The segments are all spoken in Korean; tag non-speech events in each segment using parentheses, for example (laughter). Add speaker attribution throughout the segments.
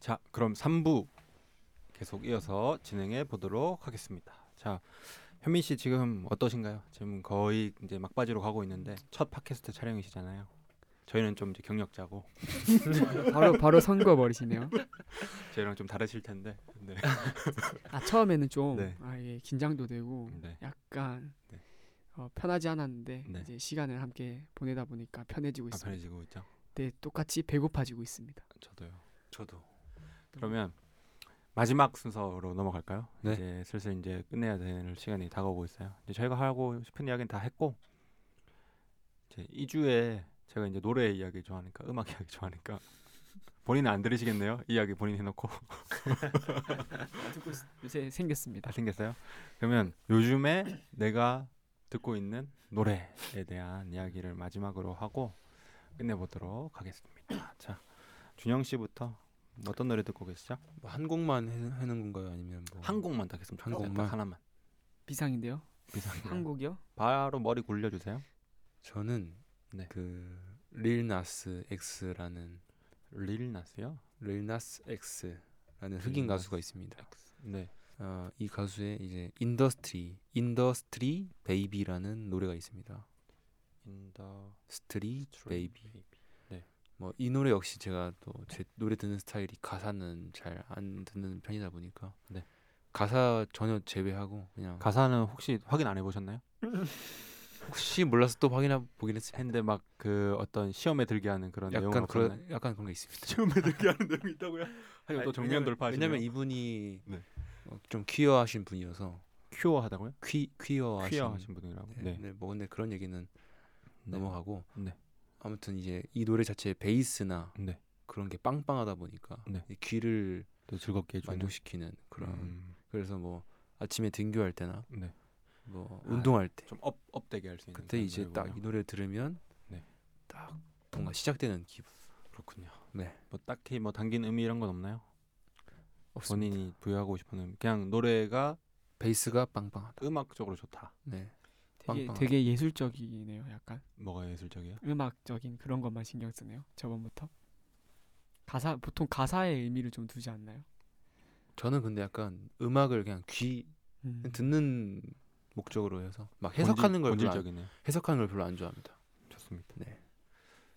Speaker 1: 자, 그럼 3부 계속 이어서 진행해 보도록 하겠습니다. 자, 현민 씨 지금 어떠신가요? 지금 거의 이제 막바지로 가고 있는데 첫 팟캐스트 촬영이시잖아요. 저희는 좀 이제 경력자고
Speaker 2: 바로 바로 선거 버리시네요.
Speaker 1: 저희랑 좀 다르실 텐데. 네.
Speaker 2: 아 처음에는 좀
Speaker 1: 네.
Speaker 2: 아, 이게 긴장도 되고
Speaker 1: 네.
Speaker 2: 약간
Speaker 1: 네.
Speaker 2: 어, 편하지 않았는데
Speaker 1: 네.
Speaker 2: 이제 시간을 함께 보내다 보니까 편해지고 있습니다.
Speaker 1: 아파해지고 있죠.
Speaker 2: 네, 똑같이 배고파지고 있습니다.
Speaker 1: 저도요. 저도. 그러면 마지막 순서로 넘어갈까요?
Speaker 3: 네.
Speaker 1: 이제 슬슬 이제 끝내야 될 시간이 다가오고 있어요. 이제 저희가 하고 싶은 이야기는 다 했고 이제 2주에 제가 이제 노래 이야기 좋아하니까 음악 이야기 좋아하니까 (laughs) 본인은 안 들으시겠네요. 이야기 본인 해놓고 (laughs)
Speaker 2: 듣고 요새 생겼습니다.
Speaker 1: 다 생겼어요. 그러면 요즘에 내가 듣고 있는 노래에 대한 이야기를 마지막으로 하고 끝내보도록 하겠습니다. 자, 준영 씨부터 어떤 노래 듣고 계시죠?
Speaker 3: 뭐 한국만 해, 하는 건가요? 아니면 뭐
Speaker 1: 어. 한 곡만 딱 했으면 좋겠어요. 딱
Speaker 3: 한 곡만?
Speaker 1: 하나만.
Speaker 2: 비상인데요.
Speaker 1: 비상이요.
Speaker 2: 한국이요?
Speaker 1: 바로 머리 굴려 주세요.
Speaker 3: 저는
Speaker 1: 네.
Speaker 3: 그 릴나스 X라는
Speaker 1: 릴 나스요.
Speaker 3: 릴나스 X라는 흑인
Speaker 1: 릴나스
Speaker 3: 가수가 있습니다.
Speaker 1: 네.
Speaker 3: 어, 이 가수의 이제 인더스트리 인더스트리 베이비라는 노래가 있습니다.
Speaker 1: 인더
Speaker 3: 스트리 베이비.
Speaker 1: 베이비.
Speaker 3: 뭐 이 노래 역시 제가 또 제 노래 듣는 스타일이 가사는 잘 안 듣는 편이다 보니까
Speaker 1: 네.
Speaker 3: 가사 전혀 제외하고 그냥
Speaker 1: 가사는 혹시 확인 안 해보셨나요?
Speaker 3: 혹시 몰라서 또 확인해 보긴 했습니다.
Speaker 1: 핸드 막 그 어떤 시험에 들게 하는 그런 내용은
Speaker 3: 약간
Speaker 1: 없었나요?
Speaker 3: 그런 약간 그런 게
Speaker 1: (laughs)
Speaker 3: 있습니다.
Speaker 1: 시험에 들게 하는 내용이 (laughs) 있다고요? 하지만 또
Speaker 3: 아니,
Speaker 1: 정면
Speaker 3: 왜냐면-
Speaker 1: 돌파하시네요.
Speaker 3: 왜냐면 이분이
Speaker 1: 네.
Speaker 3: 어, 좀 퀴어하신 분이어서
Speaker 1: 큐어하다고요?
Speaker 3: 퀴 퀴어하신.
Speaker 1: 퀴어 하신 분이라고.
Speaker 3: 네.
Speaker 1: 네.
Speaker 3: 네. 뭐 근데 그런 얘기는 넘어가고.
Speaker 1: 네.
Speaker 3: 아무튼 이제 이 노래 자체의 베이스나
Speaker 1: 네.
Speaker 3: 그런 게 빵빵하다 보니까
Speaker 1: 네.
Speaker 3: 이 귀를
Speaker 1: 또 즐겁게 해주는
Speaker 3: 만족시키는 그런.
Speaker 1: 음,
Speaker 3: 그래서 뭐 아침에 등교할 때나
Speaker 1: 네.
Speaker 3: 뭐
Speaker 1: 아,
Speaker 3: 운동할 때
Speaker 1: 좀 업 업되게 할 수 있는
Speaker 3: 그때
Speaker 1: 그런
Speaker 3: 이제 딱 이
Speaker 1: 노래군요.
Speaker 3: 노래 들으면
Speaker 1: 네.
Speaker 3: 딱 뭔가 시작되는 기분
Speaker 1: 그렇군요.
Speaker 3: 네.
Speaker 1: 뭐 딱히 뭐 당긴 의미 이런 건 없나요?
Speaker 3: 없습니다.
Speaker 1: 본인이 부여하고 싶은 의미. 그냥 노래가
Speaker 3: 베이스가 빵빵하다.
Speaker 1: 음악적으로 좋다.
Speaker 3: 네.
Speaker 2: 되게
Speaker 3: 빵빵하다.
Speaker 2: 되게 예술적이네요. 약간
Speaker 1: 뭐가 예술적이에요?
Speaker 2: 음악적인 그런 것만 신경 쓰네요. 저번부터 가사 보통 가사에 의미를 좀 두지 않나요?
Speaker 3: 저는 근데 약간 음악을 그냥 귀
Speaker 2: 음.
Speaker 3: 듣는 목적으로 해서 막 해석하는 걸 별로 안,
Speaker 1: 본질적이네. 요
Speaker 3: 해석하는 걸 별로 안 좋아합니다.
Speaker 1: 좋습니다.
Speaker 3: 네.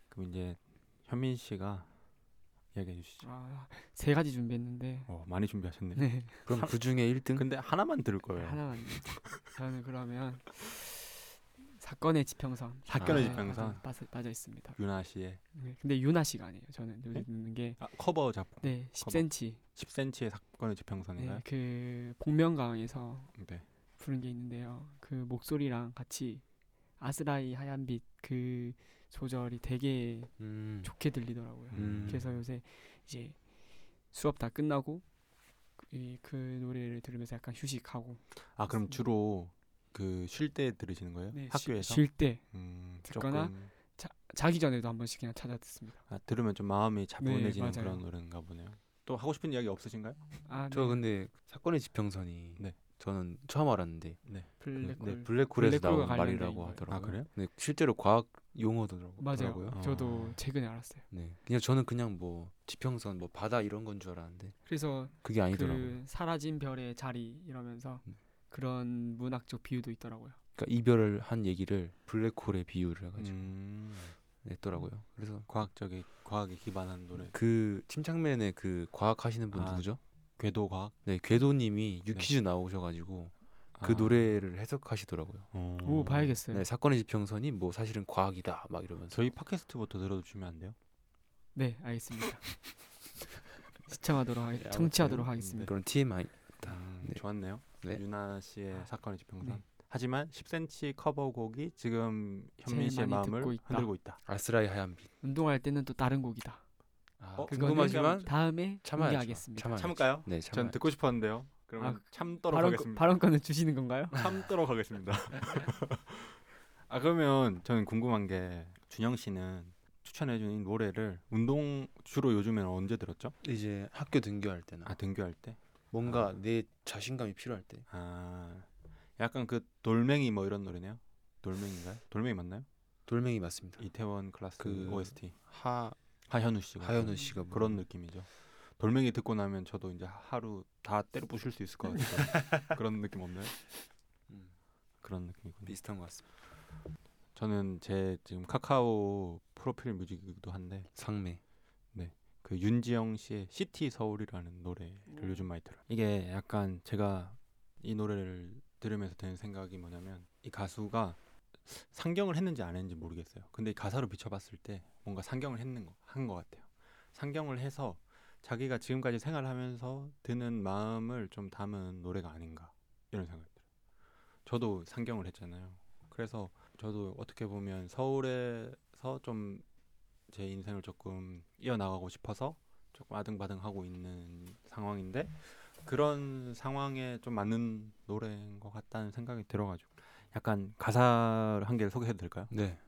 Speaker 1: 그럼 이제 현민 씨가 이야기해 주시죠.
Speaker 2: 아, 세 가지 준비했는데
Speaker 1: 어, 많이 준비하셨네요.
Speaker 2: 네.
Speaker 3: 그럼 그 중에
Speaker 1: (laughs)
Speaker 3: 1등
Speaker 1: 근데 하나만 들을 거예요.
Speaker 2: 하나만 저는 그러면 사건의 지평선
Speaker 1: 사건의
Speaker 2: 네,
Speaker 1: 지평선.
Speaker 2: 빠져, 빠져- 빠져 있습니다.
Speaker 1: 유나 씨의
Speaker 2: 네, 근데 유나 씨가 아니에요. 저는 요새 듣는 게
Speaker 1: 아, 커버 작품
Speaker 2: 네, 10cm
Speaker 1: 10cm의 사건의
Speaker 2: 네,
Speaker 1: 지평선인가요?
Speaker 2: 그 복면가왕에서
Speaker 1: 네.
Speaker 2: 부른 게 있는데요. 그 목소리랑 같이 아스라이 하얀빛 그 조절이 되게
Speaker 3: 음.
Speaker 2: 좋게 들리더라고요.
Speaker 1: 음.
Speaker 2: 그래서 요새 이제 수업 다 끝나고 이, 그 노래를 들으면서 약간 휴식하고
Speaker 1: 아 그럼
Speaker 2: 맞습니다.
Speaker 1: 주로 그 쉴 때 들으시는 거예요?
Speaker 2: 네, 쉬-
Speaker 1: 학교에서?
Speaker 2: 쉴 때
Speaker 1: 음,
Speaker 2: 듣거나
Speaker 1: 조금,
Speaker 2: 자기 전에도 한 번씩 그냥 찾아 듣습니다.
Speaker 1: 아, 들으면 좀 마음이 차분해지는
Speaker 2: 네, 맞아요.
Speaker 1: 그런 노래인가 보네요. 또 하고 싶은 이야기 없으신가요?
Speaker 2: 아,
Speaker 3: 저
Speaker 2: 네.
Speaker 3: 근데 사건의 지평선이
Speaker 1: 네.
Speaker 3: 저는 처음 알았는데
Speaker 1: 네.
Speaker 2: 블랙홀.
Speaker 3: 네, 블랙홀에서
Speaker 2: 블랙홀과
Speaker 3: 나온
Speaker 2: 관련된
Speaker 3: 말이라고
Speaker 2: 거예요.
Speaker 3: 하더라고요.
Speaker 1: 아, 그래요?
Speaker 3: 네, 실제로 과학 용어더라고요.
Speaker 2: 맞아요.
Speaker 1: 어.
Speaker 2: 저도 최근에 알았어요.
Speaker 3: 네. 그냥 저는 그냥 뭐 지평선, 뭐 바다 이런 건 줄 알았는데
Speaker 2: 그래서
Speaker 3: 그게 아니더라고요.
Speaker 2: 그 사라진 별의 자리 이러면서
Speaker 3: 네.
Speaker 2: 그런 문학적 비유도 있더라고요.
Speaker 3: 그러니까 이별을 한 얘기를 블랙홀에 비유를 해가지고
Speaker 1: 음,
Speaker 3: 냈더라고요. 그래서
Speaker 1: 과학적인 과학에 기반한 노래.
Speaker 3: 그 침착맨의 그 과학 하시는 분
Speaker 1: 아.
Speaker 3: 누구죠?
Speaker 1: 궤도 과학.
Speaker 3: 네, 궤도님이 유퀴즈 나오셔가지고 그
Speaker 1: 아.
Speaker 3: 노래를 해석하시더라고요.
Speaker 1: 어.
Speaker 2: 오 봐야겠어요.
Speaker 3: 네,
Speaker 2: 네,
Speaker 3: 사건의 지평선이 뭐 사실은 과학이다 막 이러면서
Speaker 1: 저희 팟캐스트부터 들어주시면 안 돼요?
Speaker 2: 네, 알겠습니다. (laughs) 시청하도록
Speaker 1: 네,
Speaker 2: 하겠, 청취하도록
Speaker 1: 아무튼,
Speaker 2: 하겠습니다.
Speaker 3: 그런 TMI. 다.
Speaker 1: 음,
Speaker 3: 네.
Speaker 1: 좋았네요.
Speaker 3: 네.
Speaker 1: 유나 씨의
Speaker 2: 아.
Speaker 1: 사건의 지평선.
Speaker 2: 네.
Speaker 1: 하지만 10cm 커버곡이 지금 현민
Speaker 2: 제일
Speaker 1: 씨의
Speaker 2: 많이
Speaker 1: 마음을
Speaker 2: 듣고 있다. 어,
Speaker 1: 흔들고 있다.
Speaker 3: 아스라이 하얀빛.
Speaker 2: 운동할 때는 또 다른 곡이다.
Speaker 3: 아,
Speaker 1: 어,
Speaker 3: 궁금하지만
Speaker 2: 다음에
Speaker 3: 참아야죠.
Speaker 2: 공개하겠습니다.
Speaker 3: 참아야죠.
Speaker 1: 참을까요?
Speaker 3: 네,
Speaker 1: 전
Speaker 3: 참아.
Speaker 1: 듣고 싶었는데요. 그러면
Speaker 2: 아,
Speaker 1: 참도록
Speaker 2: 발언,
Speaker 1: 하겠습니다.
Speaker 2: 발언권을 주시는 건가요?
Speaker 1: 참도록
Speaker 2: (laughs)
Speaker 1: 하겠습니다. 아 그러면 저는 궁금한 게 준영 씨는 추천해준 노래를 운동 주로 요즘에는 언제 들었죠?
Speaker 3: 이제 학교 등교할 때나
Speaker 1: 아 등교할 때.
Speaker 3: 뭔가 내 자신감이 필요할 때.
Speaker 1: 아 약간 그 돌멩이 뭐 이런 노래네요. 돌멩인가요? 돌멩이 맞나요?
Speaker 3: 돌멩이 맞습니다.
Speaker 1: 이태원 클라스
Speaker 3: 그
Speaker 1: OST
Speaker 3: 하
Speaker 1: 하현우 씨가 음.
Speaker 3: 하현우 씨가 뭐
Speaker 1: 그런 느낌이죠. 돌멩이 듣고 나면 저도 이제 하루 다 때려 부실 수 있을 것 (laughs) 같아요. 그런 느낌 없나요?
Speaker 3: 음,
Speaker 1: 그런 느낌이군요.
Speaker 3: 비슷한 것 같습니다.
Speaker 1: 저는 제 지금 카카오 프로필 뮤직이기도 한데
Speaker 3: 상매.
Speaker 1: 그 윤지영 씨의 시티 서울이라는 노래를
Speaker 2: 음.
Speaker 1: 요즘 많이 들어요. 이게 약간 제가 이 노래를 들으면서 드는 생각이 뭐냐면 이 가수가 상경을 했는지 안 했는지 모르겠어요. 근데 이 가사로 비춰봤을 때 뭔가 상경을 했는 거, 한 것 같아요. 상경을 해서 자기가 지금까지 생활하면서 드는 마음을 좀 담은 노래가 아닌가 이런 생각이 들어요. 저도 상경을 했잖아요. 그래서 저도 어떻게 보면 서울에서 좀 제 인생을 조금 이어나가고 싶어서 조금 아등바등하고 있는 상황인데 그런 상황에 좀 맞는 노래인 것 같다는 생각이 들어가지고 약간 가사를 한 개를 소개해도 될까요?
Speaker 3: 네.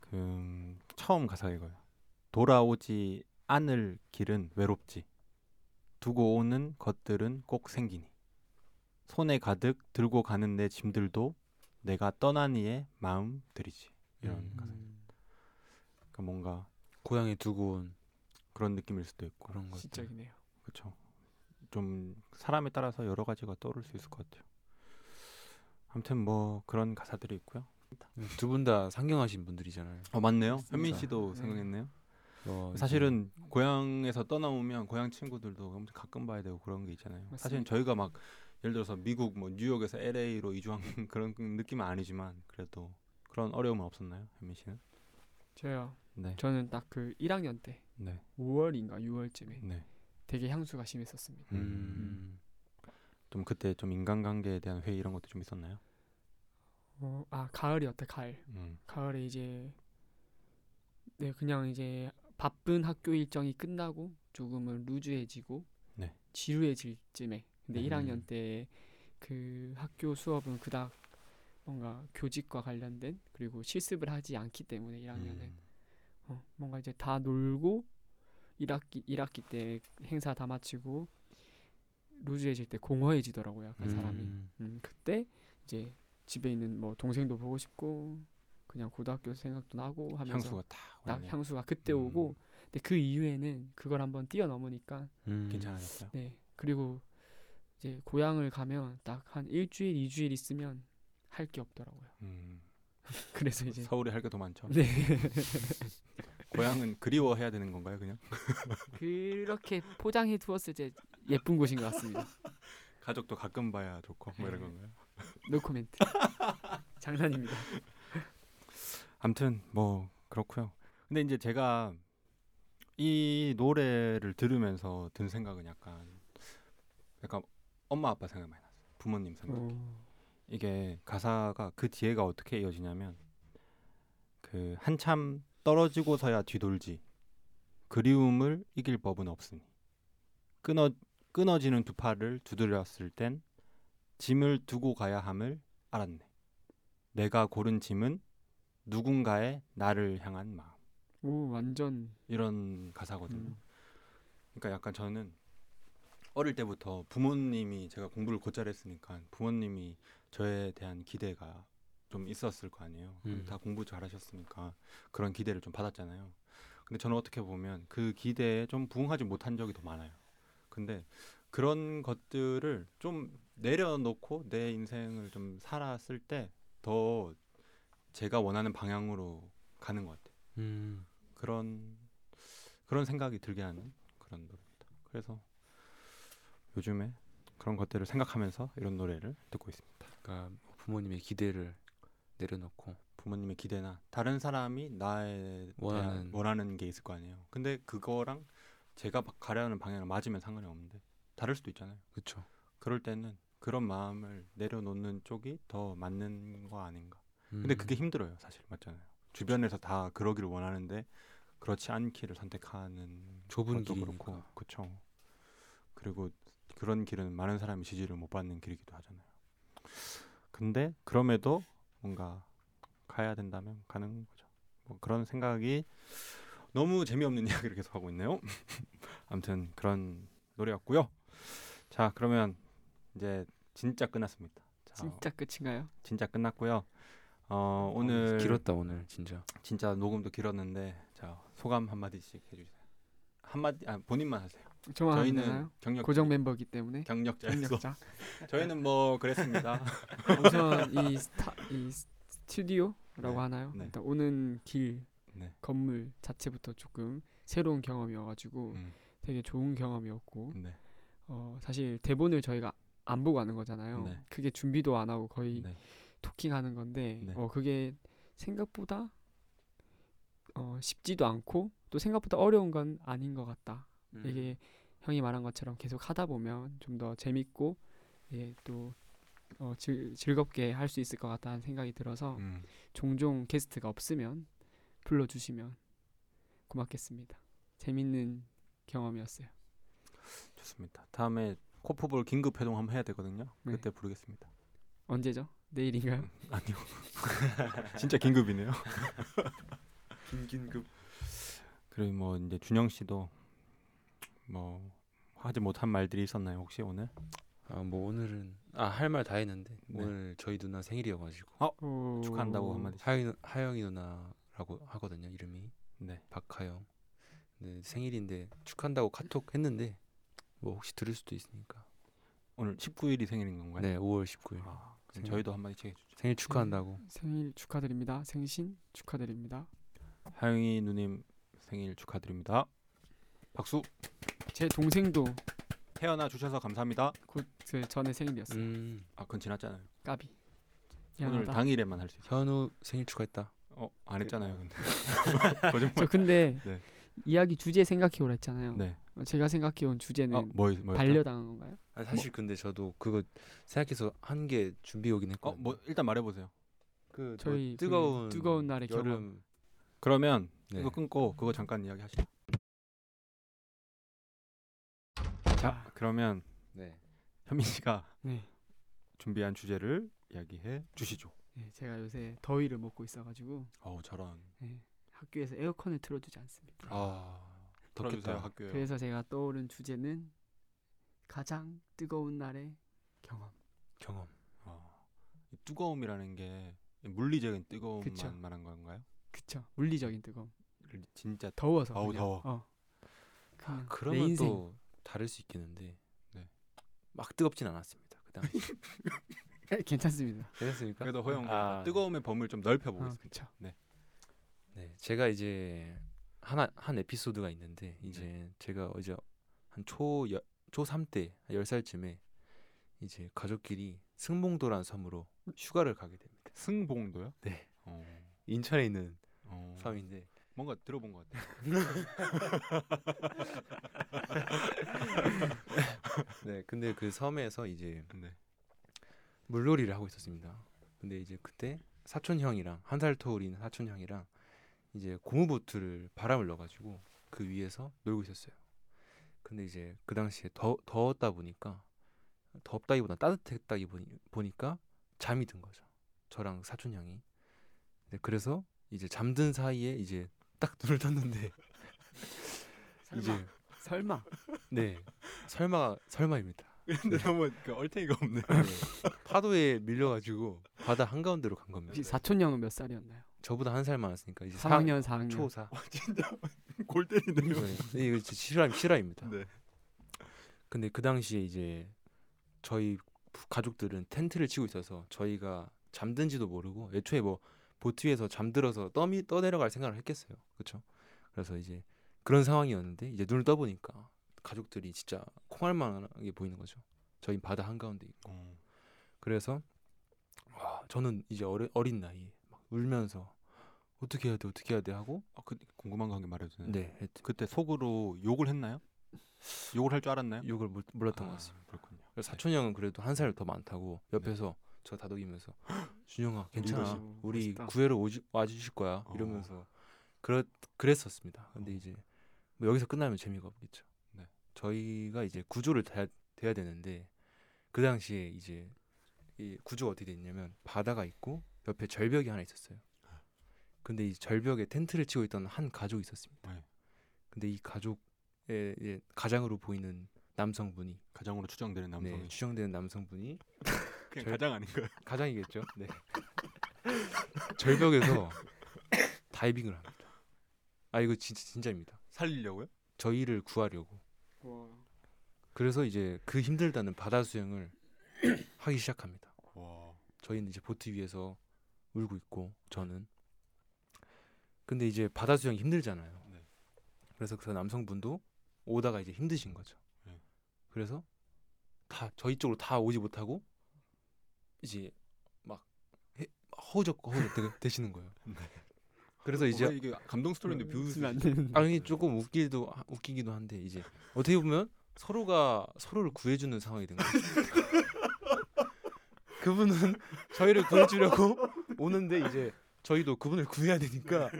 Speaker 1: 그 처음 가사가 이거예요. 돌아오지 않을 길은 외롭지. 두고 오는 것들은 꼭 생기니. 손에 가득 들고 가는 내 짐들도 내가 떠난 이의 마음 들이지. 이런
Speaker 3: 음.
Speaker 1: 가사. 그러니까 뭔가
Speaker 3: 고향에 두고 온
Speaker 1: 그런 느낌일 수도 있고.
Speaker 3: 그런 것.
Speaker 2: 시적이네요.
Speaker 1: 그렇죠. 좀 사람에 따라서 여러 가지가 떠오를 수 있을 것 같아요. 아무튼 뭐 그런 가사들이 있고요.
Speaker 3: 두분 다 상경하신 분들이잖아요.
Speaker 1: 어 맞네요. 현민
Speaker 2: 맞습니다.
Speaker 1: 씨도
Speaker 2: 네.
Speaker 1: 생각했네요.
Speaker 3: 어, 이제
Speaker 1: 사실은 고향에서 떠나오면 고향 친구들도 엄청 가끔 봐야 되고 그런 게 있잖아요. 사실
Speaker 2: 맞습니다.
Speaker 1: 저희가 막 예를 들어서 미국 뭐 뉴욕에서 LA로 이주한 (laughs) 그런 느낌은 아니지만 그래도 그런 어려움은 없었나요, 현민 씨는?
Speaker 2: 저요.
Speaker 1: 네,
Speaker 2: 저는 딱 그 1학년 때
Speaker 1: 네,
Speaker 2: 5월인가 6월쯤에
Speaker 1: 네.
Speaker 2: 되게 향수가 심했었습니다.
Speaker 1: 음.
Speaker 3: 음.
Speaker 1: 좀 그때 좀 인간관계에 대한 회의 이런 것도 좀 있었나요?
Speaker 2: 어, 아 가을이었다 가을.
Speaker 1: 음,
Speaker 2: 가을에 이제 네 그냥 이제 바쁜 학교 일정이 끝나고 조금은 루즈해지고
Speaker 1: 네.
Speaker 2: 지루해질 쯤에 근데
Speaker 1: 음.
Speaker 2: 1학년 때 그 학교 수업은 그닥 뭔가 교직과 관련된 그리고 실습을 하지 않기 때문에 1학년은
Speaker 1: 음,
Speaker 2: 어, 뭔가 이제 다 놀고 1학기 1학기 때 행사 다 마치고 루즈해질 때 공허해지더라고요 약간 사람이
Speaker 3: 음.
Speaker 2: 음, 그때 이제 집에 있는 뭐 동생도 보고 싶고 그냥 고등학교 생각도 나고 하면서
Speaker 1: 향수가 딱
Speaker 2: 딱
Speaker 1: 오네요.
Speaker 2: 향수가 그때
Speaker 1: 음.
Speaker 2: 오고 근데 그 이후에는 그걸 한번 뛰어넘으니까
Speaker 3: 음.
Speaker 1: 괜찮아졌어요.
Speaker 2: 네 그리고 이제 고향을 가면 딱 한 일주일 이주일 있으면 할 게 없더라고요
Speaker 1: 음.
Speaker 2: 그래서 이제
Speaker 1: 서울에 할 게 더 많죠.
Speaker 2: (laughs) 네
Speaker 1: 고향은 그리워해야 되는 건가요, 그냥?
Speaker 2: 그렇게 포장해 두었을 때 예쁜 곳인 것 같습니다
Speaker 1: 가족도 가끔 봐야 좋고 뭐 이런
Speaker 2: 네.
Speaker 1: 건가요?
Speaker 2: 노 코멘트 장난입니다
Speaker 1: 아무튼 뭐 그렇고요. 근데 이제 제가 이 노래를 들으면서 든 생각은 약간 약간 엄마 아빠 생각 많이 났어요. 부모님 생각. 이게 가사가 그 뒤에가 어떻게 이어지냐면 그 한참 떨어지고서야 뒤돌지 그리움을 이길 법은 없으니 끊어 끊어지는 두 팔을 두드렸을 땐 짐을 두고 가야 함을 알았네. 내가 고른 짐은 누군가의 나를 향한 마음
Speaker 2: 오 완전
Speaker 1: 이런 가사거든요.
Speaker 2: 음,
Speaker 1: 그러니까 약간 저는 어릴 때부터 부모님이 제가 공부를 곧잘 했으니까 부모님이 저에 대한 기대가 좀 있었을 거 아니에요. 그럼
Speaker 3: 음.
Speaker 1: 다 공부 잘하셨으니까 그런 기대를 좀 받았잖아요. 근데 저는 어떻게 보면 그 기대에 좀 부응하지 못한 적이 더 많아요. 근데 그런 것들을 좀 내려놓고 내 인생을 좀 살았을 때 더 제가 원하는 방향으로 가는 것 같아요.
Speaker 3: 음.
Speaker 1: 그런 그런 생각이 들게 하는 그런 노래입니다. 그래서 요즘에 그런 것들을 생각하면서 이런 노래를 듣고 있습니다.
Speaker 3: 그러니까 부모님의 기대를 내려놓고
Speaker 1: 부모님의 기대나 다른 사람이 나에
Speaker 3: 원하는-
Speaker 1: 대한 원하는 게 있을 거 아니에요. 근데 그거랑 제가 바- 가려는 방향을 맞으면 상관이 없는데 다를 수도 있잖아요.
Speaker 3: 그렇죠.
Speaker 1: 그럴 때는 그런 마음을 내려놓는 쪽이 더 맞는 거 아닌가.
Speaker 3: 음.
Speaker 1: 근데 그게 힘들어요, 사실 맞잖아요. 주변에서 다 그러기를 원하는데 그렇지 않기를 선택하는
Speaker 3: 좁은
Speaker 1: 것도
Speaker 3: 길이니까.
Speaker 1: 그렇고 그쵸 그리고 그런 길은 많은 사람이 지지를 못 받는 길이기도 하잖아요 근데 그럼에도 뭔가 가야 된다면 가는 거죠 뭐 그런 생각이 너무 재미없는 (laughs) 이야기를 계속 하고 있네요 아무튼 그런 노래였고요 자 그러면 이제 진짜 끝났습니다 자,
Speaker 2: 진짜 끝인가요?
Speaker 1: 진짜 끝났고요 어, 오늘
Speaker 3: 길었다 오늘 진짜.
Speaker 1: 진짜 녹음도 길었는데 자 소감 한 마디씩 해주세요 한마디 아, 본인만 하세요.
Speaker 2: 저만 하면
Speaker 1: 저희는
Speaker 2: 되나요?
Speaker 1: 경력
Speaker 2: 고정 멤버기 때문에
Speaker 1: 경력자에서
Speaker 2: 경력자.
Speaker 1: (laughs) 저희는 뭐 그랬습니다.
Speaker 2: 우선 이 스타 이 스- 스튜디오라고
Speaker 1: 네,
Speaker 2: 하나요?
Speaker 1: 네.
Speaker 2: 일단 오는 길
Speaker 1: 네.
Speaker 2: 건물 자체부터 조금 새로운 경험이어가지고
Speaker 1: 음,
Speaker 2: 되게 좋은 경험이었고
Speaker 1: 네.
Speaker 2: 어, 사실 대본을 저희가 안 보고 하는 거잖아요.
Speaker 1: 네.
Speaker 2: 그게 준비도 안 하고 거의
Speaker 1: 네.
Speaker 2: 토킹하는 건데
Speaker 1: 네.
Speaker 2: 어, 그게 생각보다 어, 쉽지도 않고 또 생각보다 어려운 건 아닌 것 같다.
Speaker 1: 음.
Speaker 2: 이게 형이 말한 것처럼 계속 하다 보면 좀 더 재밌고 예, 또 어, 즐, 즐겁게 할 수 있을 것 같다는 생각이 들어서
Speaker 1: 음.
Speaker 2: 종종 게스트가 없으면 불러주시면 고맙겠습니다. 재밌는 경험이었어요.
Speaker 1: 좋습니다. 다음에 코프볼 긴급 회동 한번 해야 되거든요.
Speaker 2: 네.
Speaker 1: 그때 부르겠습니다.
Speaker 2: 언제죠? 내일인가요?
Speaker 1: 아니요. (laughs) 진짜 긴급이네요.
Speaker 3: 긴긴급
Speaker 1: 그리고 뭐 이제 준영 씨도 뭐 하지 못한 말들이 있었나요 혹시 오늘?
Speaker 3: 아뭐 오늘은 아 할 말 다 했는데
Speaker 1: 네.
Speaker 3: 오늘 저희 누나 생일이어가지고
Speaker 2: 오.
Speaker 1: 축하한다고 한마디.
Speaker 3: 하영이, 누- 하영이 누나라고 하거든요 이름이
Speaker 1: 네.
Speaker 3: 박하영 근데 생일인데 축한다고 카톡 했는데 뭐 혹시 들을 수도 있으니까
Speaker 1: 오늘 19일이 생일인 건가요?
Speaker 3: 네 5월 19일
Speaker 1: 아, 그럼
Speaker 3: 생일.
Speaker 1: 저희도 한마디 해 주죠.
Speaker 3: 생일 축하한다고
Speaker 2: 생일 축하드립니다. 생신 축하드립니다.
Speaker 1: 하영이 누님 생일 축하드립니다. 박수.
Speaker 2: 제 동생도
Speaker 1: 태어나 주셔서 감사합니다.
Speaker 2: 곧 그 전에 생일이었어요.
Speaker 3: 음
Speaker 1: 아, 그건 지났잖아요.
Speaker 2: 까비.
Speaker 1: 오늘
Speaker 2: 미안하다.
Speaker 1: 당일에만 할 수 있어요.
Speaker 3: 현우 생일 축하했다
Speaker 1: 어, 안 했잖아요, 근데. (laughs) 거짓말.
Speaker 2: 저 근데
Speaker 1: 네.
Speaker 2: 이야기 주제 생각해오라
Speaker 1: (laughs)
Speaker 2: 했잖아요.
Speaker 1: 네.
Speaker 2: 어, 제가 생각해온 주제는
Speaker 1: 아, 뭐 뭐.
Speaker 2: 반려당한 건가요?
Speaker 3: 아, 사실 근데 저도 그거 생각해서 한 게 준비 오긴
Speaker 1: 어,
Speaker 3: 했거든요
Speaker 1: 뭐 일단 말해 보세요.
Speaker 3: 그
Speaker 2: 저희
Speaker 3: 뭐
Speaker 2: 그
Speaker 3: 뜨거운
Speaker 2: 뜨거운 날의 경험.
Speaker 3: 여름
Speaker 1: 그러면
Speaker 3: 네.
Speaker 1: 이거 끊고 그거 잠깐 이야기 하시죠.
Speaker 2: 아,
Speaker 1: 자, 그러면
Speaker 3: 네.
Speaker 1: 현민 씨가
Speaker 2: 네.
Speaker 1: 준비한 주제를 이야기해 주시죠.
Speaker 2: 네, 제가 요새 더위를 먹고 있어가지고
Speaker 1: 어우, 저런.
Speaker 2: 네, 학교에서 에어컨을 틀어주지 않습니다.
Speaker 1: 아,
Speaker 3: 덥겠다.
Speaker 1: 학교에.
Speaker 2: 그래서 제가 떠오른 주제는 가장 뜨거운 날의 경험.
Speaker 3: 경험
Speaker 1: 어, 이 뜨거움이라는 게 물리적인 뜨거움만
Speaker 2: 그쵸.
Speaker 1: 말한 건가요?
Speaker 2: 그쵸? 물리적인 뜨거움.
Speaker 1: 진짜
Speaker 2: 더워서.
Speaker 1: 아우,
Speaker 2: 그냥.
Speaker 1: 더워.
Speaker 2: 어. 그냥
Speaker 3: 그러면
Speaker 2: 내 인생. (laughs)
Speaker 3: 또 다를 수 있겠는데
Speaker 1: 네.
Speaker 3: 막 뜨겁진 않았습니다
Speaker 2: (laughs)
Speaker 3: 그 당시
Speaker 2: 예, 괜찮습니다. 어,
Speaker 3: 괜찮습니까?
Speaker 1: 그래도 허용
Speaker 3: 아, 네. 아,
Speaker 1: 뜨거움의 범을 좀 넓혀 보겠습니다.
Speaker 2: 그쵸.
Speaker 3: 네, 제가 이제 하나 한 에피소드가 있는데 이제
Speaker 1: 네.
Speaker 3: 제가 어제 한초초3때 10살쯤에 이제 가족끼리 승봉도라는 섬으로 휴가를 가게 됩니다.
Speaker 1: 승봉도요?
Speaker 3: 네.
Speaker 1: 어,
Speaker 3: 인천에 있는
Speaker 1: 어.
Speaker 3: 섬인데
Speaker 1: 뭔가 들어본 것 같아요.
Speaker 3: 네, 근데 그 섬에서 이제 (laughs)
Speaker 1: 네.
Speaker 3: 물놀이를 하고 있었습니다. 근데 이제 그때 사촌 형이랑 한 살 터울인 사촌 형이랑 이제 고무보트를 바람을 넣어가지고 그 위에서 놀고 있었어요. 근데 이제 그 당시에 더 더웠다 보니까 덥다기보다 따뜻했다기 보니, 보니까 잠이 든 거죠. 저랑 사촌 형이. 네, 그래서 이제 잠든 사이에 이제 딱 눈을 떴는데
Speaker 2: (laughs)
Speaker 1: (laughs)
Speaker 2: 설마.
Speaker 3: 이제
Speaker 2: 설마.
Speaker 3: 네 설마 설마입니다.
Speaker 1: 근데 너무 그 얼탱이가 없네.
Speaker 3: 네, 파도에 밀려가지고 바다 한가운데로 간 겁니다.
Speaker 2: 혹시 사촌 형은 몇 살이었나요?
Speaker 3: 저보다 한 살 많았으니까 이제
Speaker 2: 3학년, 4학년.
Speaker 3: 초사.
Speaker 1: (laughs) 골 때리네요.
Speaker 3: 네, 이거 진짜 실화 실화입니다.
Speaker 1: 네.
Speaker 3: 근데 그 당시에 이제 저희 부- 가족들은 텐트를 치고 있어서 저희가 잠든지도 모르고 애초에 뭐 보트 위에서 잠들어서 떠미 떠내려갈 생각을 했겠어요. 그렇죠? 그래서 이제 그런 상황이었는데 이제 눈을 떠보니까 가족들이 진짜 콩알만하게 보이는 거죠. 저희 바다 한가운데 있고.
Speaker 1: 어.
Speaker 3: 그래서 와, 저는 이제 어리, 어린 나이에 막 울면서 어떻게 해야 돼? 어떻게 해야 돼? 하고
Speaker 1: 아, 그 궁금한 거 한 개 말해도 되나요?
Speaker 3: 네, 했-
Speaker 1: 그때 속으로 욕을 했나요? 욕을 할 줄 알았나요?
Speaker 3: 욕을 몰- 몰랐던
Speaker 1: 아,
Speaker 3: 것 같습니다.
Speaker 1: 그렇군요.
Speaker 3: 그래서 사촌 형은 그래도 한 살 더 많다고 옆에서 저 다독이면서 준영아 괜찮아
Speaker 2: 리더십.
Speaker 3: 우리
Speaker 2: 멋있다.
Speaker 3: 구애로 오지, 와주실 거야
Speaker 1: 어.
Speaker 3: 이러면서 그렇 그랬었습니다. 근데
Speaker 1: 어.
Speaker 3: 이제 뭐 여기서 끝나면 재미가 없겠죠.
Speaker 1: 네.
Speaker 3: 저희가 이제 구조를 돼야, 돼야 되는데 그 당시에 이제 이 구조가 어떻게 됐냐면 바다가 있고 옆에 절벽이 하나 있었어요. 근데 이 절벽에 텐트를 치고 있던 한 가족이 있었습니다.
Speaker 1: 네.
Speaker 3: 근데 이 가족의 이제 가장으로 보이는 남성분이
Speaker 1: 가장으로 추정되는 남성이
Speaker 3: 네, 추정되는 남성분이
Speaker 1: 그냥
Speaker 3: 절-
Speaker 1: 가장 아닌가요?
Speaker 3: 가장이겠죠. (laughs) 네. 절벽에서 다이빙을 합니다. 아 이거 진짜 진짜입니다.
Speaker 1: 살리려고요?
Speaker 3: 저희를 구하려고.
Speaker 2: 어.
Speaker 3: 그래서 이제 그 힘들다는 바다 수영을 하기 시작합니다.
Speaker 1: 와.
Speaker 3: 저희는 이제 보트 위에서 울고 있고 저는 근데 이제 바다 수영이 힘들잖아요.
Speaker 1: 네.
Speaker 3: 그래서 그 남성분도 오다가 이제 힘드신 거죠.
Speaker 1: 네.
Speaker 3: 그래서 다 저희 쪽으로 다 오지 못하고 이제 막 해- 허우적고 허우적 되- 되시는 거예요.
Speaker 1: (laughs) 네.
Speaker 3: 그래서 이제 네.
Speaker 1: 어, 이게 감동 스토리인데 뷰
Speaker 2: 쓰면 안
Speaker 1: 쓰시-
Speaker 2: 되는데.
Speaker 3: (laughs) 아니 조금 웃기도 하- 웃기기도 한데 이제 어떻게 보면 서로가 서로를 구해주는 상황이 된 거예요. 그분은 저희를 구해주려고 오는데 이제 저희도 그분을 구해야 되니까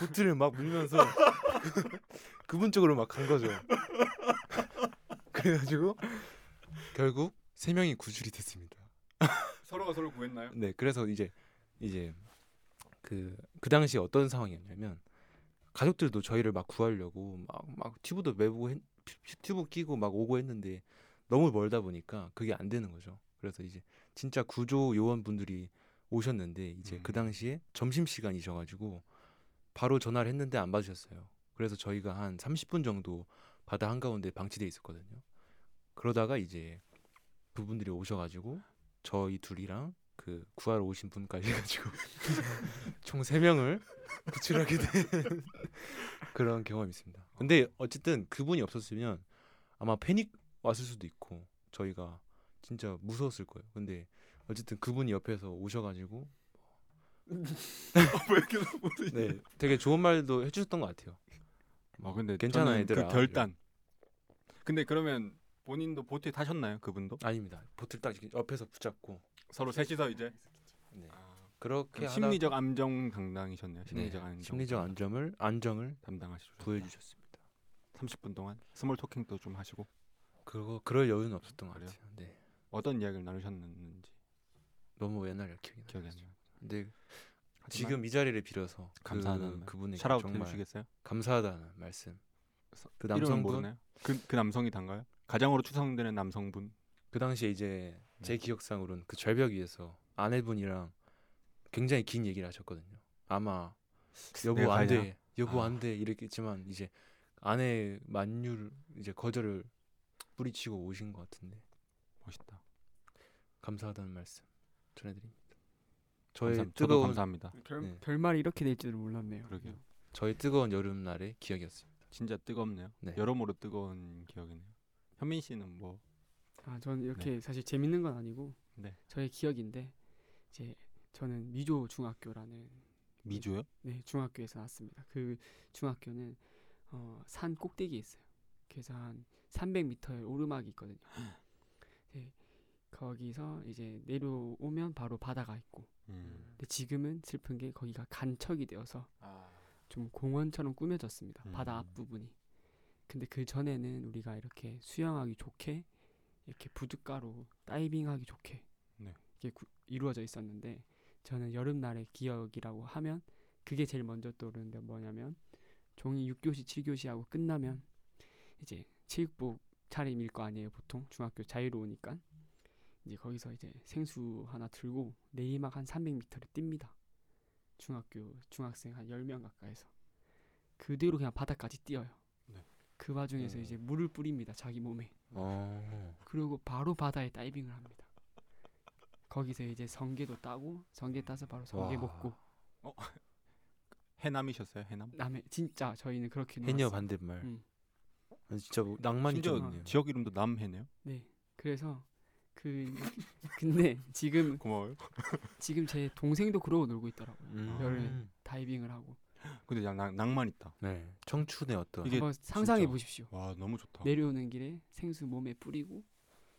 Speaker 3: 보트를 막 밀면서 (laughs) 그분 쪽으로 막 간 거죠. (laughs) 그래가지고 결국 세 명이 구출이 됐습니다.
Speaker 1: 서로가 서로 구했나요?
Speaker 3: 네, 그래서 이제 이제 그 그 당시 어떤 상황이었냐면 가족들도 저희를 막 구하려고 막 막 튜브도 매고 했, 튜- 튜브 끼고 막 오고 했는데 너무 멀다 보니까 그게 안 되는 거죠. 그래서 이제 진짜 구조 요원분들이 오셨는데 이제 그
Speaker 1: 음.
Speaker 3: 당시에 점심 시간이셔가지고 바로 전화를 했는데 안 받으셨어요. 그래서 저희가 한 30분 정도 바다 한가운데 방치돼 있었거든요. 그러다가 이제 그분들이 오셔가지고 저희 둘이랑 그 구하러 오신 분까지 해가지고 (laughs) 총 세명을 구출하게 된 (laughs) 그런 경험이 있습니다. 근데 어쨌든 그분이 없었으면 아마 패닉 왔을 수도 있고 저희가 진짜 무서웠을 거예요. 근데 어쨌든 그분이 옆에서 오셔가지고
Speaker 1: 왜 어, 뭐 이렇게 (laughs) 보세요?
Speaker 3: 네 되게 좋은 말도 해주셨던 것 같아요.
Speaker 1: 아 근데
Speaker 3: 괜찮아,
Speaker 1: 저는
Speaker 3: 얘들아.
Speaker 1: 그 결단. 근데 그러면 본인도 보트에 타셨나요? 그분도
Speaker 3: 아닙니다. 보틀 딱 이렇게 옆에서 붙잡고
Speaker 1: 서로 셋이서 이제
Speaker 3: 네.
Speaker 1: 아,
Speaker 3: 그렇게
Speaker 1: 그럼
Speaker 3: 하다-
Speaker 1: 심리적 안정 담당이셨네요.
Speaker 3: 네,
Speaker 1: 심리적 안정
Speaker 3: 심리적 안정을 안정을
Speaker 1: 담당하시죠.
Speaker 3: 보여주셨습니다.
Speaker 1: 30분 동안 스몰 토킹도 좀 하시고
Speaker 3: 그리고 그럴 여유는 없었던 것
Speaker 1: 그래요?
Speaker 3: 같아요. 네
Speaker 1: 어떤 이야기를 나누셨는지
Speaker 3: 너무 옛날 기억이 나.
Speaker 1: 기억이 안 나요.
Speaker 3: 근데
Speaker 1: 하지만
Speaker 3: 지금 이 자리를 빌어서
Speaker 1: 감사하다는
Speaker 3: 그,
Speaker 1: 말.
Speaker 3: 그분에게
Speaker 1: 샤라웃
Speaker 3: 정말
Speaker 1: 해주시겠어요?
Speaker 3: 감사하다는 말씀.
Speaker 1: 서-
Speaker 3: 그
Speaker 1: 이름은
Speaker 3: 남성분
Speaker 1: 모르나요? 그, 그 남성이 단가요? 가장으로 추성되는 남성분
Speaker 3: 그 당시에 이제 제
Speaker 1: 네.
Speaker 3: 기억상으로는 그 절벽 위에서 아내분이랑 굉장히 긴 얘기를 하셨거든요. 아마 여보
Speaker 1: 내가
Speaker 3: 안
Speaker 1: 가냐?
Speaker 3: 돼, 여보
Speaker 1: 아.
Speaker 3: 안 돼 이렇게 했지만 이제 아내의 만유를 이제 거절을 뿌리치고 오신 것 같은데
Speaker 1: 멋있다.
Speaker 3: 감사하다는 말씀 전해드립니다. 저의
Speaker 1: 감사, 저도
Speaker 3: 뜨거운
Speaker 1: 감사합니다.
Speaker 2: 결,
Speaker 3: 네.
Speaker 2: 결말이 이렇게 될 줄은 몰랐네요.
Speaker 1: 그러게요.
Speaker 3: 저의 뜨거운 여름 날의 기억이었습니다.
Speaker 1: 진짜 뜨겁네요.
Speaker 3: 네.
Speaker 1: 여러모로 뜨거운 기억이네요. 현민 씨는 뭐
Speaker 2: 아, 저는 이렇게 사실 재밌는 건 아니고
Speaker 1: 네.
Speaker 2: 저의 기억인데 이제 저는 미조 중학교라는
Speaker 1: 미조요?
Speaker 2: 네, 중학교에서 나왔습니다. 그 중학교는 어, 산 꼭대기에 있어요. 그래서 한 300m의 오르막이 있거든요. 네, 거기서 이제 내려오면 바로 바다가 있고
Speaker 1: 음.
Speaker 2: 근데 지금은 슬픈 게 거기가 간척이 되어서
Speaker 1: 아.
Speaker 2: 좀 공원처럼 꾸며졌습니다. 바다
Speaker 1: 음.
Speaker 2: 앞부분이. 근데 그 전에는 우리가 이렇게 수영하기 좋게 이렇게 부둣가로 다이빙하기 좋게
Speaker 1: 네.
Speaker 2: 이게 구- 이루어져 있었는데 저는 여름날의 기억이라고 하면 그게 제일 먼저 떠오르는데 뭐냐면 종이 6교시 7교시하고 끝나면 이제 체육복 차림일 거 아니에요 보통 중학교 자유로우니까 이제 거기서 이제 생수 하나 들고 내리막 한 300m를 뜁니다 중학교 중학생 한 10명 가까이서 그대로 그냥 바닥까지 뛰어요
Speaker 1: 네.
Speaker 2: 그 와중에서
Speaker 3: 음.
Speaker 2: 이제 물을 뿌립니다 자기 몸에
Speaker 3: 어,
Speaker 2: 그리고 바로 바다에 다이빙을 합니다 거기서 이제 성게도 따고 성게 따서 바로 성게
Speaker 3: 와.
Speaker 2: 먹고
Speaker 1: 해남이셨어요? 해남?
Speaker 2: 남의 진짜 저희는 그렇게
Speaker 3: 해녀
Speaker 2: 놀았어요.
Speaker 3: 반대말.
Speaker 2: 음.
Speaker 3: 진짜 뭐 낭만이
Speaker 1: 심지어
Speaker 3: 좀 있네요.
Speaker 1: 지역 이름도 남해네요.
Speaker 2: 네 그래서 그 (laughs) 근데 지금
Speaker 1: 고마워요.
Speaker 2: 지금 제 동생도 그러고 놀고 있더라고요
Speaker 3: 음.
Speaker 2: 열린. 다이빙을 하고
Speaker 1: 근데 야, 낭, 낭만 있다.
Speaker 3: 네, 청춘의 어떤
Speaker 1: 이게
Speaker 2: 한번 상상해 보십시오
Speaker 1: 와 너무 좋다.
Speaker 2: 내려오는 길에 생수 몸에 뿌리고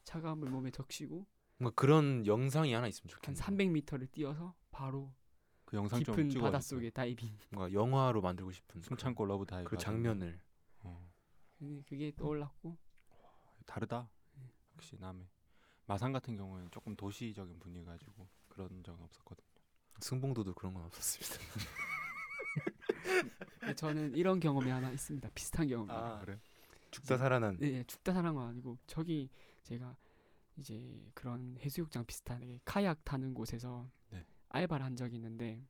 Speaker 2: 차가운 물 몸에 적시고
Speaker 3: 뭔가 그런 영상이 하나 있으면
Speaker 2: 한
Speaker 3: 좋겠네요.
Speaker 2: 300m를 뛰어서 바로
Speaker 1: 그 음. 영상 좀
Speaker 2: 깊은
Speaker 1: 찍어.
Speaker 2: 바닷속에 다이빙 (laughs)
Speaker 3: 뭔가 영화로 만들고 싶은
Speaker 1: 숨 참고 러브 다이브.
Speaker 3: 그 장면을
Speaker 1: 어,
Speaker 2: 근데 네, 그게 떠올랐고
Speaker 1: 다르다. 역시 남해. 마산 같은 경우에는 조금 도시적인 분위기 가지고 그런 적은 없었거든.
Speaker 3: 승봉도도 그런 건 없었습니다.
Speaker 2: 근데 저는 이런 경험이 하나 있습니다 비슷한 경험이
Speaker 3: 아.
Speaker 1: 그래?
Speaker 3: (laughs) 죽다 살아난
Speaker 2: 네, 네, 죽다 사는 건 아니고 저기 제가 이제 그런 해수욕장 비슷한 게 카약 타는 곳에서
Speaker 1: 네.
Speaker 2: 알바를 한 적이 있는데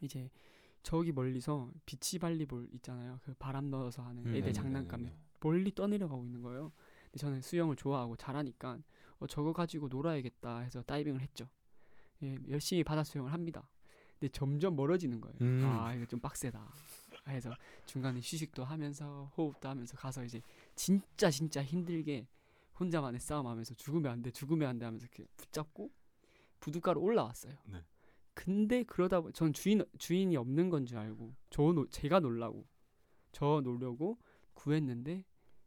Speaker 2: 이제 저기 멀리서 비치 발리볼 있잖아요. 그 바람 넣어서 하는
Speaker 3: 음,
Speaker 2: 애들
Speaker 3: 네네네네.
Speaker 2: 장난감이 멀리 떠내려가고 있는 거예요. 근데 저는 수영을 좋아하고 잘하니까 어, 저거 가지고 놀아야겠다 해서 다이빙을 했죠. 예, 열심히 바다 수영을 합니다. 근데 점점 멀어지는 거예요.
Speaker 3: 음.
Speaker 2: 아 이거 좀 빡세다. 해서 중간에 휴식도 하면서 호흡도 하면서 가서 이제 진짜 진짜 힘들게 혼자만의 싸움하면서 죽으면 안 돼, 죽으면 안 돼 하면서 이렇게 붙잡고 부둣가로 올라왔어요.
Speaker 1: 네.
Speaker 2: 근데 그러다 보- 전 주인 주인이 없는 건 줄 알고 저 노, 제가 놀라고 저 놀려고 구했는데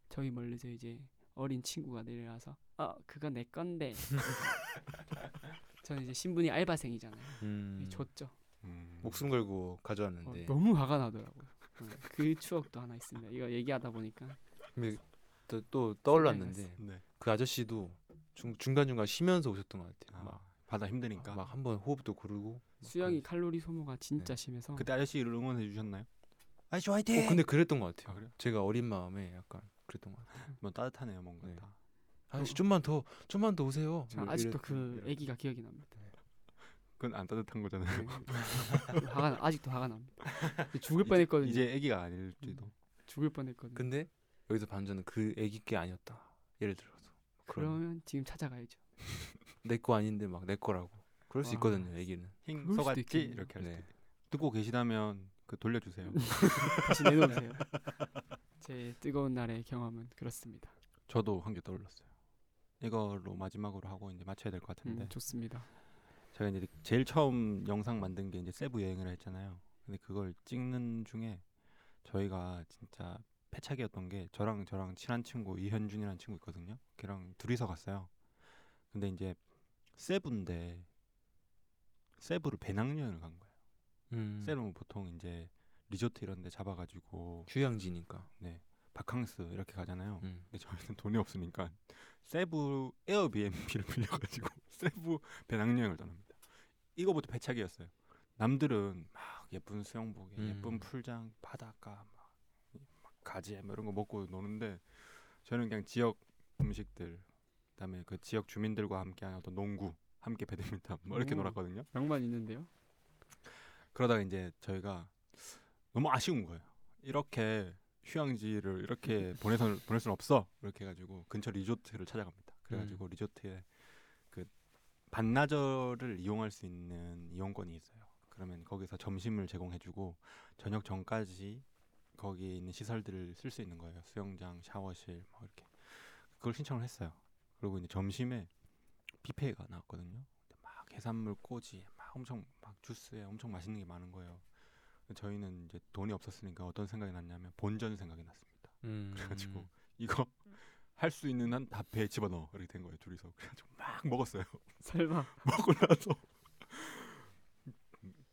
Speaker 2: 저희 멀리서 이제 어린 친구가 내려와서 아 그거 내 건데 저는 이제 신분이 알바생이잖아요
Speaker 3: 음.
Speaker 2: 줬죠
Speaker 1: 음.
Speaker 3: 목숨 걸고
Speaker 2: 어,
Speaker 3: 가져왔는데
Speaker 2: 너무 화가 나더라고요 어, 그 추억도 하나 있습니다 이거 얘기하다 보니까
Speaker 3: 근데 또, 또 떠올랐는데
Speaker 1: 네.
Speaker 3: 그 아저씨도 중, 중간중간 쉬면서 오셨던 것 같아요. 그러니까.
Speaker 1: 아, 바다 힘드니까.
Speaker 3: 막 한 번 호흡도 고르고
Speaker 2: 수영이 칼로리 소모가 진짜 심해서
Speaker 1: 그때 아저씨를 응원해 주셨나요? 아저씨
Speaker 3: 어,
Speaker 1: 화이팅.
Speaker 3: 근데 그랬던 것
Speaker 1: 아,
Speaker 3: 같아요.
Speaker 1: 그래요?
Speaker 3: 제가 어린 마음에 약간 그랬던 것 같아요.
Speaker 1: 뭐 따뜻하네요 뭔가
Speaker 3: 네.
Speaker 1: 다.
Speaker 3: 아저씨 좀만 더 좀만 더 오세요.
Speaker 2: 저
Speaker 3: 뭐
Speaker 2: 아직도
Speaker 3: 이랬-
Speaker 2: 그
Speaker 3: 이랬-
Speaker 2: 애기가 기억이 납니다
Speaker 1: 그건 안 따뜻한 거잖아요.
Speaker 2: (laughs) 네. (laughs) 화가 나- 아직도 화가 납니다 죽을 뻔했거든요
Speaker 1: 이제 아기가 아닐지도.
Speaker 2: 죽을 뻔했거든요
Speaker 3: 근데 여기서 반전은 그 애기 게 아니었다. 예를 들어서 그럼
Speaker 2: 그러면 지금 찾아가야죠
Speaker 3: 내거 아닌데 막 내 거라고 그럴 수
Speaker 2: 와.
Speaker 3: 있거든요. 애기는
Speaker 1: 힝
Speaker 2: 그럴 수도
Speaker 1: 속았지
Speaker 2: 있겠네요.
Speaker 1: 이렇게 할 수도
Speaker 3: 네.
Speaker 1: 있- 듣고 계시다면 그 돌려주세요.
Speaker 2: 다시 내놓으세요 (laughs) 제 뜨거운 날의 경험은 그렇습니다
Speaker 1: 저도 한 개 떠올랐어요. 이걸로 마지막으로 하고 이제 마쳐야 될 것
Speaker 2: 음,
Speaker 1: 같은데
Speaker 2: 좋습니다
Speaker 1: 제가 이제 제일 처음 영상 만든 게 이제 세부 여행을 했잖아요. 근데 그걸 찍는 중에 저희가 진짜 패착이었던 게 저랑 저랑 친한 친구 이현준이라는 친구 있거든요. 걔랑 둘이서 갔어요. 근데 이제 세부인데 세부를 배낭여행을 간 거예요.
Speaker 3: 음,
Speaker 1: 세부는 보통 이제 리조트 이런 데 잡아가지고
Speaker 3: 휴양지니까
Speaker 1: 네 바캉스 이렇게 가잖아요.
Speaker 3: 음.
Speaker 1: 근데 저희는 돈이 없으니까 세부 에어비앤비를 (laughs) 빌려가지고 세부 배낭여행을 떠납니다. 이거부터 배착이었어요. 남들은 막 예쁜 수영복에 예쁜
Speaker 3: 음.
Speaker 1: 풀장 바닷가 막, 막 가지에 뭐 이런 거 먹고 노는데 저는 그냥 지역 음식들 그다음에 그 지역 주민들과 함께하는 어떤 농구 함께 배드민턴 뭐 이렇게
Speaker 2: 오.
Speaker 1: 놀았거든요.
Speaker 2: 명만 있는데요
Speaker 1: 그러다가 이제 저희가 너무 아쉬운 거예요. 이렇게 휴양지를 이렇게 보내서 보낼 수는 없어. 이렇게 해가지고 근처 리조트를 찾아갑니다. 그래가지고 리조트에 그 반나절을 이용할 수 있는 이용권이 있어요. 그러면 거기서 점심을 제공해주고 저녁 전까지 거기에 있는 시설들을 쓸 수 있는 거예요. 수영장, 샤워실 뭐 이렇게 그걸 신청을 했어요. 그리고 이제 점심에 뷔페가 나왔거든요. 근데 막 해산물 꼬지 막 엄청 막 주스에 엄청 맛있는 게 많은 거예요. 근데 저희는 이제 돈이 없었으니까 어떤 생각이 났냐면 본전 생각이 났습니다.
Speaker 3: 음.
Speaker 1: 그래가지고 이거 할 수 있는 한 다 배에 집어넣어 이렇게 된 거예요 둘이서 그래가지고 막 먹었어요 (laughs)
Speaker 2: 설마
Speaker 1: 먹고 나서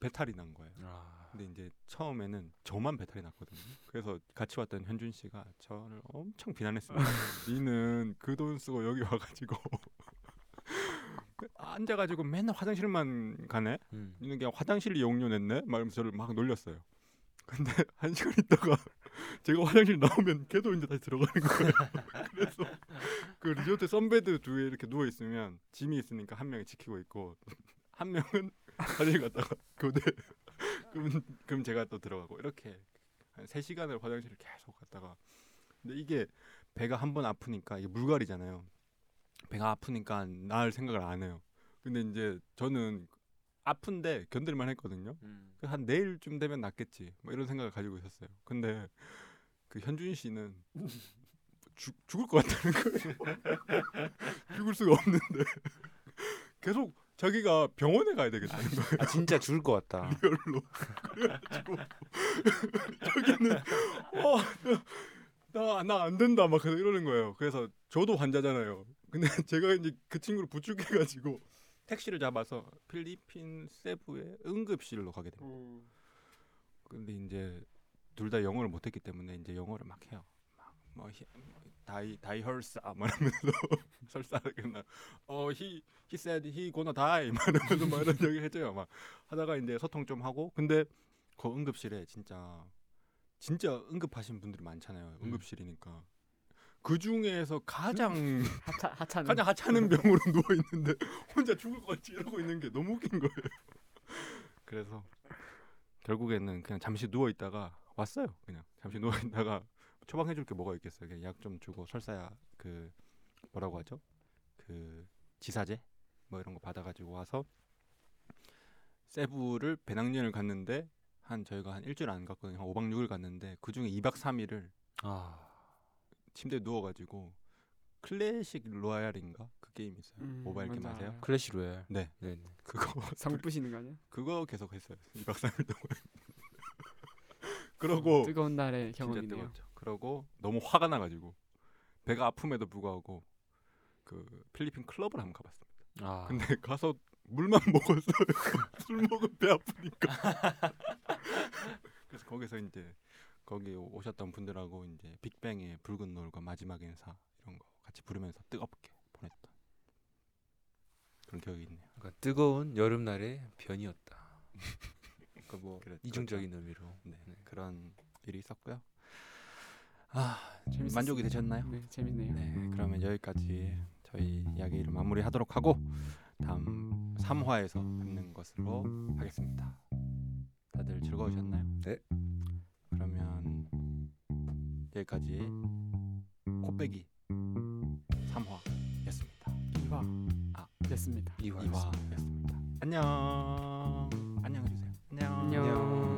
Speaker 1: 배탈이 난 거예요
Speaker 3: 아,
Speaker 1: 근데 이제 처음에는 저만 배탈이 났거든요. 그래서 같이 왔던 현준 씨가 저를 엄청 비난했습니다. 니는 그 돈 쓰고 여기 와가지고 (laughs) 앉아가지고 맨날 화장실만 가네.
Speaker 3: 음.
Speaker 1: 니는 그냥 화장실 이용료 냈네. 막 이러면서 저를 막 놀렸어요. 근데 (laughs) 한 시간 있다가 (laughs) 제가 화장실 나오면 걔도 이제 다시 들어가는 거예요. (laughs) 그래서 그 리조트 선베드 두 개 이렇게 누워 있으면 짐이 있으니까 한 명이 지키고 있고 (laughs) 한 명은 (laughs) 화장실 갔다가 교대 (laughs) 그럼 그럼 제가 또 들어가고 이렇게 한 3시간을 화장실을 계속 갔다가 근데 이게 배가 한 번 아프니까 이게 물갈이잖아요. 배가 아프니까 나을 생각을 안 해요. 근데 이제 저는 아픈데 견딜만 했거든요.
Speaker 3: 음.
Speaker 1: 그한 내일쯤 되면 낫겠지. 뭐 이런 생각을 가지고 있었어요. 근데 그 현준 씨는 죽, 죽을 것 같다는 거예요. (laughs) 죽을 수가 없는데 계속 자기가 병원에 가야 되겠다는 거예요.
Speaker 3: 아 진짜 죽을 것 같다.
Speaker 1: 별로. 그래가지고 저기는 어, 어나나 안 된다 막 그래서 이러는 거예요. 그래서 저도 환자잖아요. 근데 (laughs) 제가 이제 그 친구를 부축해가지고 택시를 잡아서 필리핀 세부의 응급실로 가게 됩니다. 근데 이제 둘 다 영어를 못했기 때문에 이제 영어를 막 해요. 막뭐 다이 다이 헐사 말하면서 (laughs) 설사하겠나. 어히 he said he gonna die 말하면서 막 이런 얘기 해줘요. 막 하다가 이제 소통 좀 하고 근데 그 응급실에 진짜 진짜 응급하신 분들이 많잖아요. 응급실이니까 그 중에서 가장
Speaker 2: 하차 하차는
Speaker 1: 가장 하찮은 병으로 누워 있는데 (laughs) 혼자 죽을 것 같이 이러고 있는 게 너무 웃긴 거예요. 그래서 결국에는 그냥 잠시 누워 있다가 왔어요. 그냥 잠시 누워 있다가 처방해 줄 게 뭐가 있겠어요. 그냥 약 좀 주고 설사야 그 뭐라고 하죠? 그 지사제 뭐 이런 거 받아가지고 와서 세부를 배낭여행을 갔는데 한 저희가 한 일주일 안 갔거든요. 한 5박 6일 갔는데 그 중에 2박 3일을
Speaker 3: (laughs) 아,
Speaker 1: 침대에 누워가지고 클래식 로얄인가 그 게임 있어요.
Speaker 2: 음,
Speaker 1: 모바일 게임
Speaker 2: 뭔지
Speaker 1: 아세요?
Speaker 2: 알아요.
Speaker 3: 클래시 로얄.
Speaker 1: 네,
Speaker 3: 네.
Speaker 2: (laughs)
Speaker 1: 그거
Speaker 2: 상 부시는 거 아니야?
Speaker 1: (laughs) 그거
Speaker 2: (laughs)
Speaker 1: 계속했어요. 2박 3일 동안. 그러고
Speaker 2: 어, 뜨거운 날의
Speaker 1: 진짜
Speaker 2: 경험이네요.
Speaker 1: 뜨거웠죠. 그러고 너무 화가 나가지고 배가 아픔에도 불구하고 그 필리핀 클럽을 한번 가봤어요.
Speaker 3: 아.
Speaker 1: 근데 가서 물만 (laughs) 먹었어요. 술 먹은 배 아프니까. 그래서 거기서 이제 거기 오셨던 분들하고 이제 빅뱅의 붉은 노을과 마지막 인사 이런 거 같이 부르면서 뜨겁게 보냈던 그런 기억이 있네요.
Speaker 3: 그러니까 뜨거운 여름날의 변이었다. 그러니까 뭐
Speaker 1: 그래,
Speaker 3: 이중적인 의미로.
Speaker 1: 네,
Speaker 3: 네.
Speaker 1: 그런 일이 있었고요. 아,
Speaker 2: 재밌었어요.
Speaker 1: 만족이 되셨나요?
Speaker 2: 네, 재밌네요.
Speaker 1: 네,
Speaker 2: 음.
Speaker 1: 그러면 여기까지 저희 이야기를 마무리하도록 하고 다음 3화에서 뵙는 것으로 하겠습니다. 다들 즐거우셨나요?
Speaker 3: 네.
Speaker 1: 그러면 여기까지 코빼기 3화였습니다.
Speaker 2: 이화
Speaker 1: 아.
Speaker 2: 됐습니다.
Speaker 3: 이화.
Speaker 1: 2화였습니다. 안녕. 안녕해 주세요. 안녕.
Speaker 2: 안녕.